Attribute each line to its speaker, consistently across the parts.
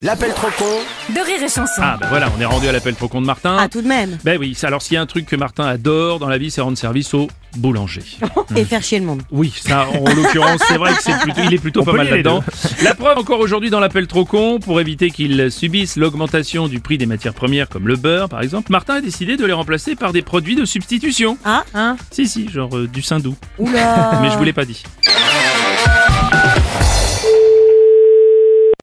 Speaker 1: L'appel trop con
Speaker 2: de rire et chanson.
Speaker 3: Ah bah voilà, on est rendu à l'appel trop con de Martin.
Speaker 4: Ah, tout de même.
Speaker 3: Ben oui, alors s'il y a un truc que Martin adore dans la vie, c'est rendre service au boulanger.
Speaker 4: Et faire chier le monde.
Speaker 3: Oui, ça en l'occurrence, c'est vrai que c'est plutôt, il est plutôt pas
Speaker 5: peut
Speaker 3: mal
Speaker 5: lier les
Speaker 3: là-dedans. La preuve encore aujourd'hui dans l'appel trop con, pour éviter qu'il subisse l'augmentation du prix des matières premières comme le beurre par exemple, Martin a décidé de les remplacer par des produits de substitution.
Speaker 4: Ah, hein
Speaker 3: Si si, genre euh, du saindoux.
Speaker 4: Oula
Speaker 3: Mais je vous l'ai pas dit.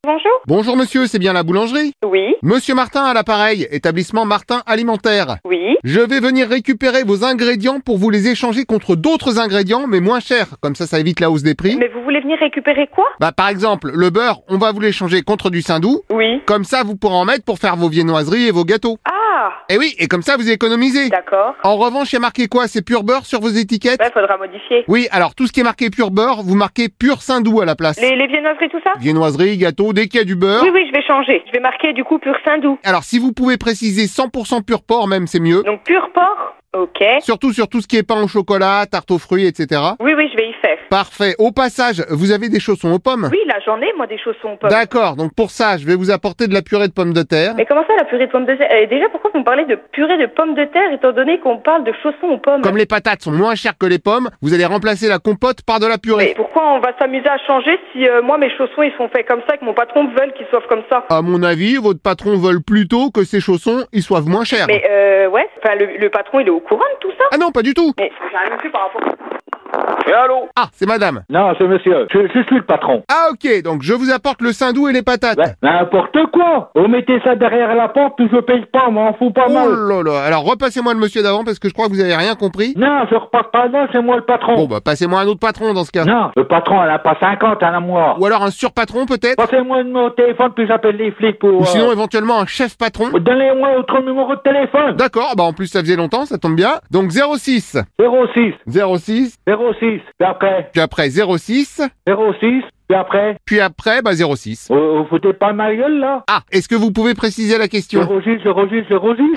Speaker 6: Bonjour.
Speaker 7: Bonjour monsieur, c'est bien la boulangerie
Speaker 6: Oui,
Speaker 7: Monsieur Martin à l'appareil, établissement Martin Alimentaire.
Speaker 6: oui.
Speaker 7: Je vais venir récupérer vos ingrédients pour vous les échanger contre d'autres ingrédients mais moins chers, comme ça ça évite la hausse des prix.
Speaker 6: Mais vous voulez venir récupérer quoi
Speaker 7: Bah par exemple, le beurre, on va vous l'échanger contre du saindoux,
Speaker 6: Oui.
Speaker 7: comme ça vous pourrez en mettre pour faire vos viennoiseries et vos gâteaux.
Speaker 6: Ah,
Speaker 7: Et oui, et comme ça vous économisez.
Speaker 6: d'accord. Bah.
Speaker 7: En revanche, il y a marqué quoi C'est pur beurre sur vos étiquettes
Speaker 6: Il faudra modifier.
Speaker 7: Oui, alors tout ce qui est marqué pur beurre, vous marquez pur saindoux à la place.
Speaker 6: Les, les viennoiseries, tout ça
Speaker 7: Viennoiseries, gâteaux, dès qu'il y a du beurre.
Speaker 6: Oui, oui, je vais changer. Je vais marquer du coup pur Sindou.
Speaker 7: Alors si vous pouvez préciser 100% pur porc même c'est mieux.
Speaker 6: Donc pur porc Ok.
Speaker 7: Surtout sur tout ce qui est pain au chocolat, tarte aux fruits, etc.
Speaker 6: Oui, oui, je vais y faire.
Speaker 7: Parfait. Au passage, vous avez des chaussons aux pommes
Speaker 6: Oui, là, j'en ai, moi, des chaussons aux pommes.
Speaker 7: D'accord, donc pour ça, je vais vous apporter de la purée de pommes de terre.
Speaker 6: Mais comment ça, la purée de pommes de terre Et Déjà, pourquoi vous me parlez de purée de pommes de terre, étant donné qu'on parle de chaussons aux pommes
Speaker 7: Comme les patates sont moins chères que les pommes, vous allez remplacer la compote par de la
Speaker 6: Mais
Speaker 7: purée.
Speaker 6: pourquoi on va s'amuser à changer si euh, moi, mes chaussons, ils sont faits comme ça, et que mon patron veut qu'ils soient comme ça
Speaker 7: À mon avis, votre patron veut plutôt que ses chaussons, ils soient moins chers.
Speaker 6: Mais euh, ouais, enfin, le, le patron, il est au courant de tout ça
Speaker 7: Ah non, pas du tout
Speaker 6: Mais j'ai rien vu par rapport...
Speaker 8: Et allô
Speaker 7: Ah, c'est madame.
Speaker 8: Non, c'est monsieur. Je, je suis le patron.
Speaker 7: Ah ok, donc je vous apporte le saindoux et les patates.
Speaker 8: Ben, N'importe quoi Vous mettez ça derrière la porte, je paye pas, m'en fous pas
Speaker 7: Oh
Speaker 8: mal.
Speaker 7: là là, alors repassez-moi le monsieur d'avant parce que je crois que vous avez rien compris.
Speaker 8: Non, je repasse pas là, c'est moi le patron.
Speaker 7: Bon bah passez-moi un autre patron dans ce cas.
Speaker 8: Non, le patron, elle a pas 50, elle a moi.
Speaker 7: Ou alors un surpatron peut-être
Speaker 8: Passez-moi le numéro de téléphone, puis j'appelle les flics pour...
Speaker 7: Ou
Speaker 8: euh,
Speaker 7: sinon éventuellement un chef patron
Speaker 8: Donnez-moi votre numéro de téléphone.
Speaker 7: D'accord, bah en plus ça faisait longtemps, ça tombe bien. Donc 06,
Speaker 8: 06,
Speaker 7: 06,
Speaker 8: 06, puis après,
Speaker 7: puis après 06,
Speaker 8: 06, puis après.
Speaker 7: puis après bah 06.
Speaker 8: Vous, vous foutez pas ma gueule, là
Speaker 7: Ah, est-ce que vous pouvez préciser la question
Speaker 8: 06, 06, 06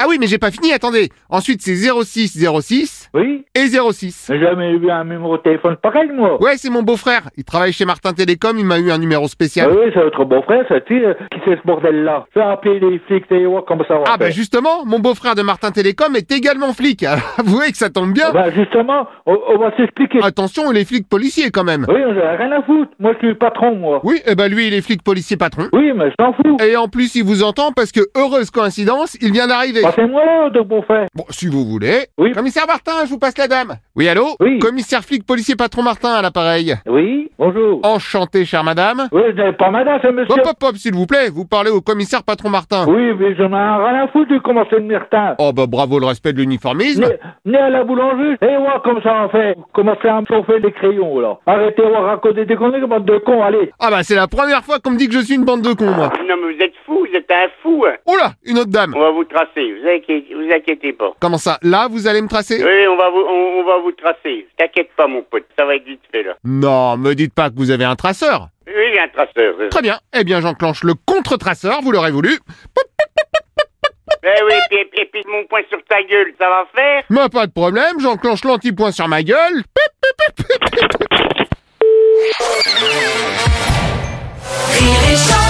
Speaker 7: Ah oui, mais j'ai pas fini, attendez. Ensuite c'est 06, 06
Speaker 8: Oui
Speaker 7: et 06.
Speaker 8: J'ai jamais eu un numéro de téléphone pareil, moi.
Speaker 7: Ouais, c'est mon beau-frère, il travaille chez Martin Télécom, il m'a eu un numéro
Speaker 8: Ah
Speaker 7: spécial.
Speaker 8: oui, c'est votre beau-frère, ça, tu sais, euh, qui c'est ce bordel-là Fais appeler les flics, et voir comment ça va
Speaker 7: Ah bah
Speaker 8: faire.
Speaker 7: justement, mon beau-frère de Martin Télécom est également flic. Alors, Avouez que ça tombe bien.
Speaker 8: Bah, justement, on, on va s'expliquer.
Speaker 7: Attention, il est flic policier quand même.
Speaker 8: Oui, on a rien à foutre. Moi, je suis le patron, moi.
Speaker 7: Oui, eh bah lui, il est flic policier patron.
Speaker 8: Oui, mais je t'en fous.
Speaker 7: Et en plus, il vous entend parce que, heureuse coïncidence, il vient d'arriver.
Speaker 8: Passez-moi là, votre beau-frère.
Speaker 7: Bon, si vous voulez.
Speaker 8: Ah. Oui.
Speaker 7: Commissaire Martin, je vous passe la dame. Oui, allô
Speaker 8: Oui.
Speaker 7: Commissaire flic policier patron Martin à l'appareil.
Speaker 8: Oui, bonjour.
Speaker 7: Enchanté, chère madame.
Speaker 8: Oui, je n'ai pas madame, c'est monsieur.
Speaker 7: Ah. Hop, hop, hop, s'il vous plaît, vous parlez au commissaire patron Martin.
Speaker 8: Oui, mais j'en ai rien à foutre de commencer le mirtin.
Speaker 7: Oh, bah bravo le respect de l'uniformisme.
Speaker 8: Venez venez à la boulangerie et voir comme ça on fait. Commencez à me chauffer les crayons, là. Arrêtez de raconter des conneries, bande de cons, allez.
Speaker 7: Ah, bah c'est la première fois qu'on me dit que je suis une bande de cons, moi.
Speaker 9: Non, mais vous êtes fou, vous êtes un fou. hein.
Speaker 7: Oh là, une autre dame.
Speaker 9: On va vous tracer, vous inquiétez, vous inquiétez pas.
Speaker 7: Comment ça Là, vous allez me tracer
Speaker 9: Oui, on va vous, on, on va vous tracer. T'inquiète pas, mon pote, ça va être vite fait, là.
Speaker 7: Non, me dites pas que vous avez un traceur.
Speaker 9: Oui, il y a un traceur. c'est ça.
Speaker 7: Très bien. Eh bien, j'enclenche le contre-traceur, vous l'aurez voulu.
Speaker 9: Eh oui, puis, puis, puis mon poing sur ta gueule, ça va faire
Speaker 7: Mais pas de problème, j'enclenche l'antipoint sur ma gueule.
Speaker 2: Rire et chanson.